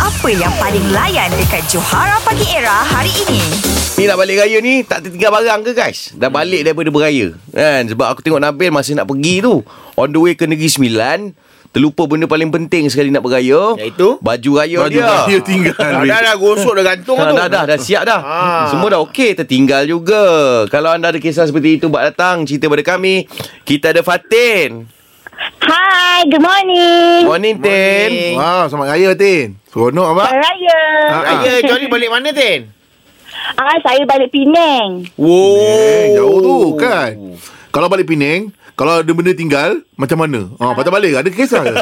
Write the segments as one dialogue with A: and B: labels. A: Apa yang paling layan dekat Johara Pagi Era hari ini?
B: Ni nak balik raya ni Tak tertinggal barang ke guys
C: Hmm.
B: Dah balik daripada beraya kan? Sebab aku tengok Nabil Masih nak pergi tu On the way ke Negeri Sembilan Terlupa benda paling penting sekali nak beraya
C: Iaitu?
B: Baju raya
D: Baju
B: dia
D: raya tinggal
C: Dah dah, dah gosok dah gantung
B: Ha,
C: tu.
B: dah, dah, dah siap dah
C: Ah.
B: Semua dah okey Tertinggal juga Kalau anda ada kisah seperti itu Buat datang Cerita pada kami Kita ada Fatin
E: Hi, good morning.
B: Morning Tin
D: Wah, selamat raya Tin. Seronok abang. Ah,
E: Raya.
C: Raya Cori balik mana Tin?
E: Ah, saya balik Penang.
C: Wow.
D: Eh, jauh tu kan. Kalau balik Penang, kalau ada benda tinggal, macam mana? Ha, patah balik ada kisah ke?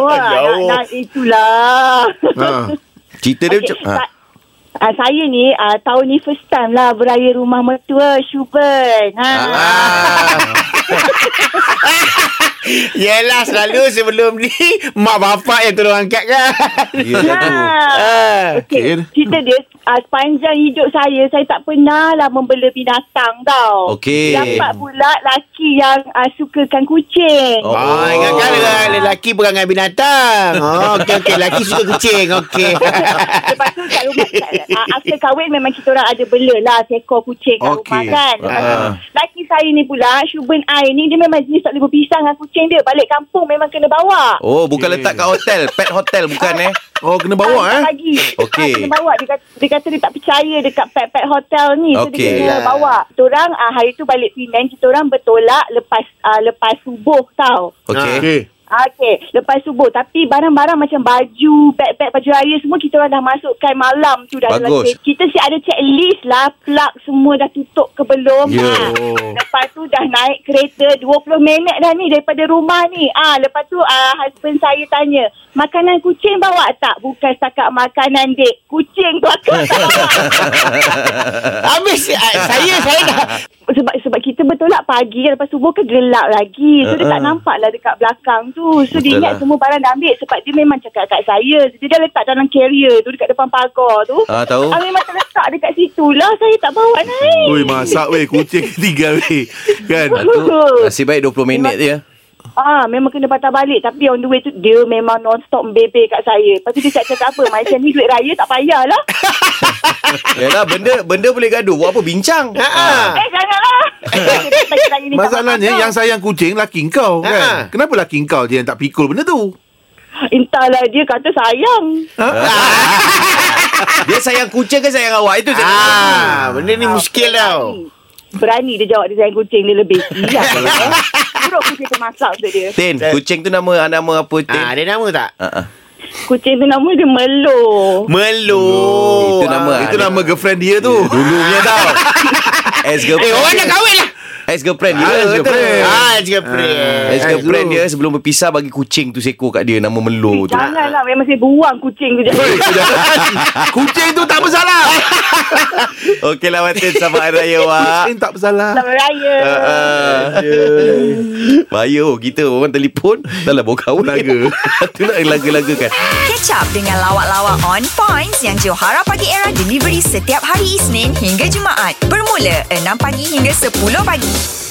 E: Wah, nak,
C: Jauh.
E: nak itulah.
D: ha.
B: Cerita dia macam
E: Okay, sa- ah, saya ni ah, tahun ni first time lah beraya rumah mertua Syuban. Ha.
B: Ah.
C: Yelah selalu sebelum ni Mak bapak yang tolong angkat kan
B: Ya
E: Ha.
B: dah tu
C: Ah.
E: Okay.
D: Okey.
E: Cerita dia ah, sepanjang hidup saya saya tak pernah lah membela binatang tau.
B: Okey.
E: Dapat pula laki yang ah, sukakan kucing.
B: Oh.
C: Oh, oh ingatkan dengan lelaki perangai binatang Oh okey okey Lelaki suka kucing Okey
E: Lepas tu kat rumah kat, uh, After kahwin memang kita orang ada bela lah Seekor kucing kat
D: Okey.
E: rumah kan Lepas tu,
D: Ah.
E: Laki saya ni pula Syuban I ni Dia memang jenis tak boleh berpisah dengan kucing dia Balik kampung memang kena bawa
B: Oh bukan letak kat hotel Pet hotel bukan eh
D: Oh, kena
E: Ah,
D: bawa eh.
E: tak Lagi.
B: Okey.
E: Ah, kena bawa. Dia kata, dia kata dia tak percaya dekat pet-pet hotel ni. So,
B: Okey.
E: dia kena
C: Lah.
E: bawa. Kita orang ah, hari tu balik Penang, kita orang bertolak lepas ah, lepas subuh tau.
C: Ah.
E: Ah,
B: Okey
D: Okey.
E: Okey, lepas subuh. Tapi barang-barang macam baju, beg-beg baju raya semua kita orang dah masukkan malam tu dah dalam
B: Bagus.
E: kereta. Kita si ada checklist lah, plug semua dah tutup ke belum. Ah,
B: Ya.
D: Ah.
E: Lepas tu dah naik kereta 20 minit dah ni daripada rumah ni. Ah, lepas tu ah, husband saya tanya, makanan kucing bawa tak? Bukan setakat makanan dek, kucing tu akan
C: Habis ah, saya saya dah
E: sebab sebab kita bertolak pagi lepas subuh kan gelap lagi so dia tak nampak lah dekat belakang tu so
B: Ah, Betul
E: dia ingat
B: lah.
E: semua barang dah ambil sebab dia memang cakap kat saya dia dah letak dalam carrier tu dekat depan pagar tu
B: Ah, tahu.
E: ah, memang terletak dekat situ lah saya tak bawa naik
D: Ui, masak weh, kucing tinggal weh. Kan?
B: Lepas Ah, tu Nasib baik 20 minit je
E: Ah, memang kena patah balik tapi on the way tu dia memang non-stop bebe kat saya. Lepas tu dia cakap, cakap apa, Malaysia ni duit raya tak payahlah.
B: Yalah benda benda boleh gaduh Buat apa bincang
D: Ha,
C: Ah.
E: eh, janganlah. Bagi raya ni tak
D: Masalahnya
E: makan.
D: yang sayang kucing laki kau
C: Ha.
D: kan. Kenapa laki kau je yang tak pikul benda tu?
E: Entahlah dia kata sayang.
B: Ah, Dia sayang kucing ke sayang awak Itu saya
C: Ah, benda ni muskil tau.
E: Berani dia jawab dia sayang kucing dia lebih. Iya. Buruk kucing termasak untuk dia.
B: Tin Kucing tu nama Nama apa Tin
C: Ah, ada nama tak?
B: Ah, ah.
E: Kucing tu nama dia Melo.
C: Melo.
B: Itu nama.
D: Oh, ah, Itu
B: ada.
D: nama girlfriend dia tu.
B: Dulu punya tau Ex
C: Ah. Eh,
B: girlfriend
C: orang dah kahwin lah.
B: Ex girlfriend dia
D: Ah, Eh,
B: kata.
D: ex-girlfriend.
B: Ah,
C: Ah, juga
B: Ex
C: pria.
B: girlfriend dia Sebelum berpisah Bagi kucing tu seekor kat dia Nama Melo tu
E: Janganlah memang saya buang kucing tu
D: Weh,
E: jadi.
D: kucing tu tak bersalah.
B: Okey lah Watin Sama hari raya wak
D: Kucing tak bersalah.
E: Selamat raya.
B: Ah, Bahaya oh, Kita orang telefon Dah lah bawa kahwin
D: Laga.
B: Tu nak laga-laga kan
A: Catch up dengan lawak-lawak on points yang Johara Pagi Era delivery setiap hari Isnin hingga Jumaat. Bermula 6 pagi hingga 10 pagi.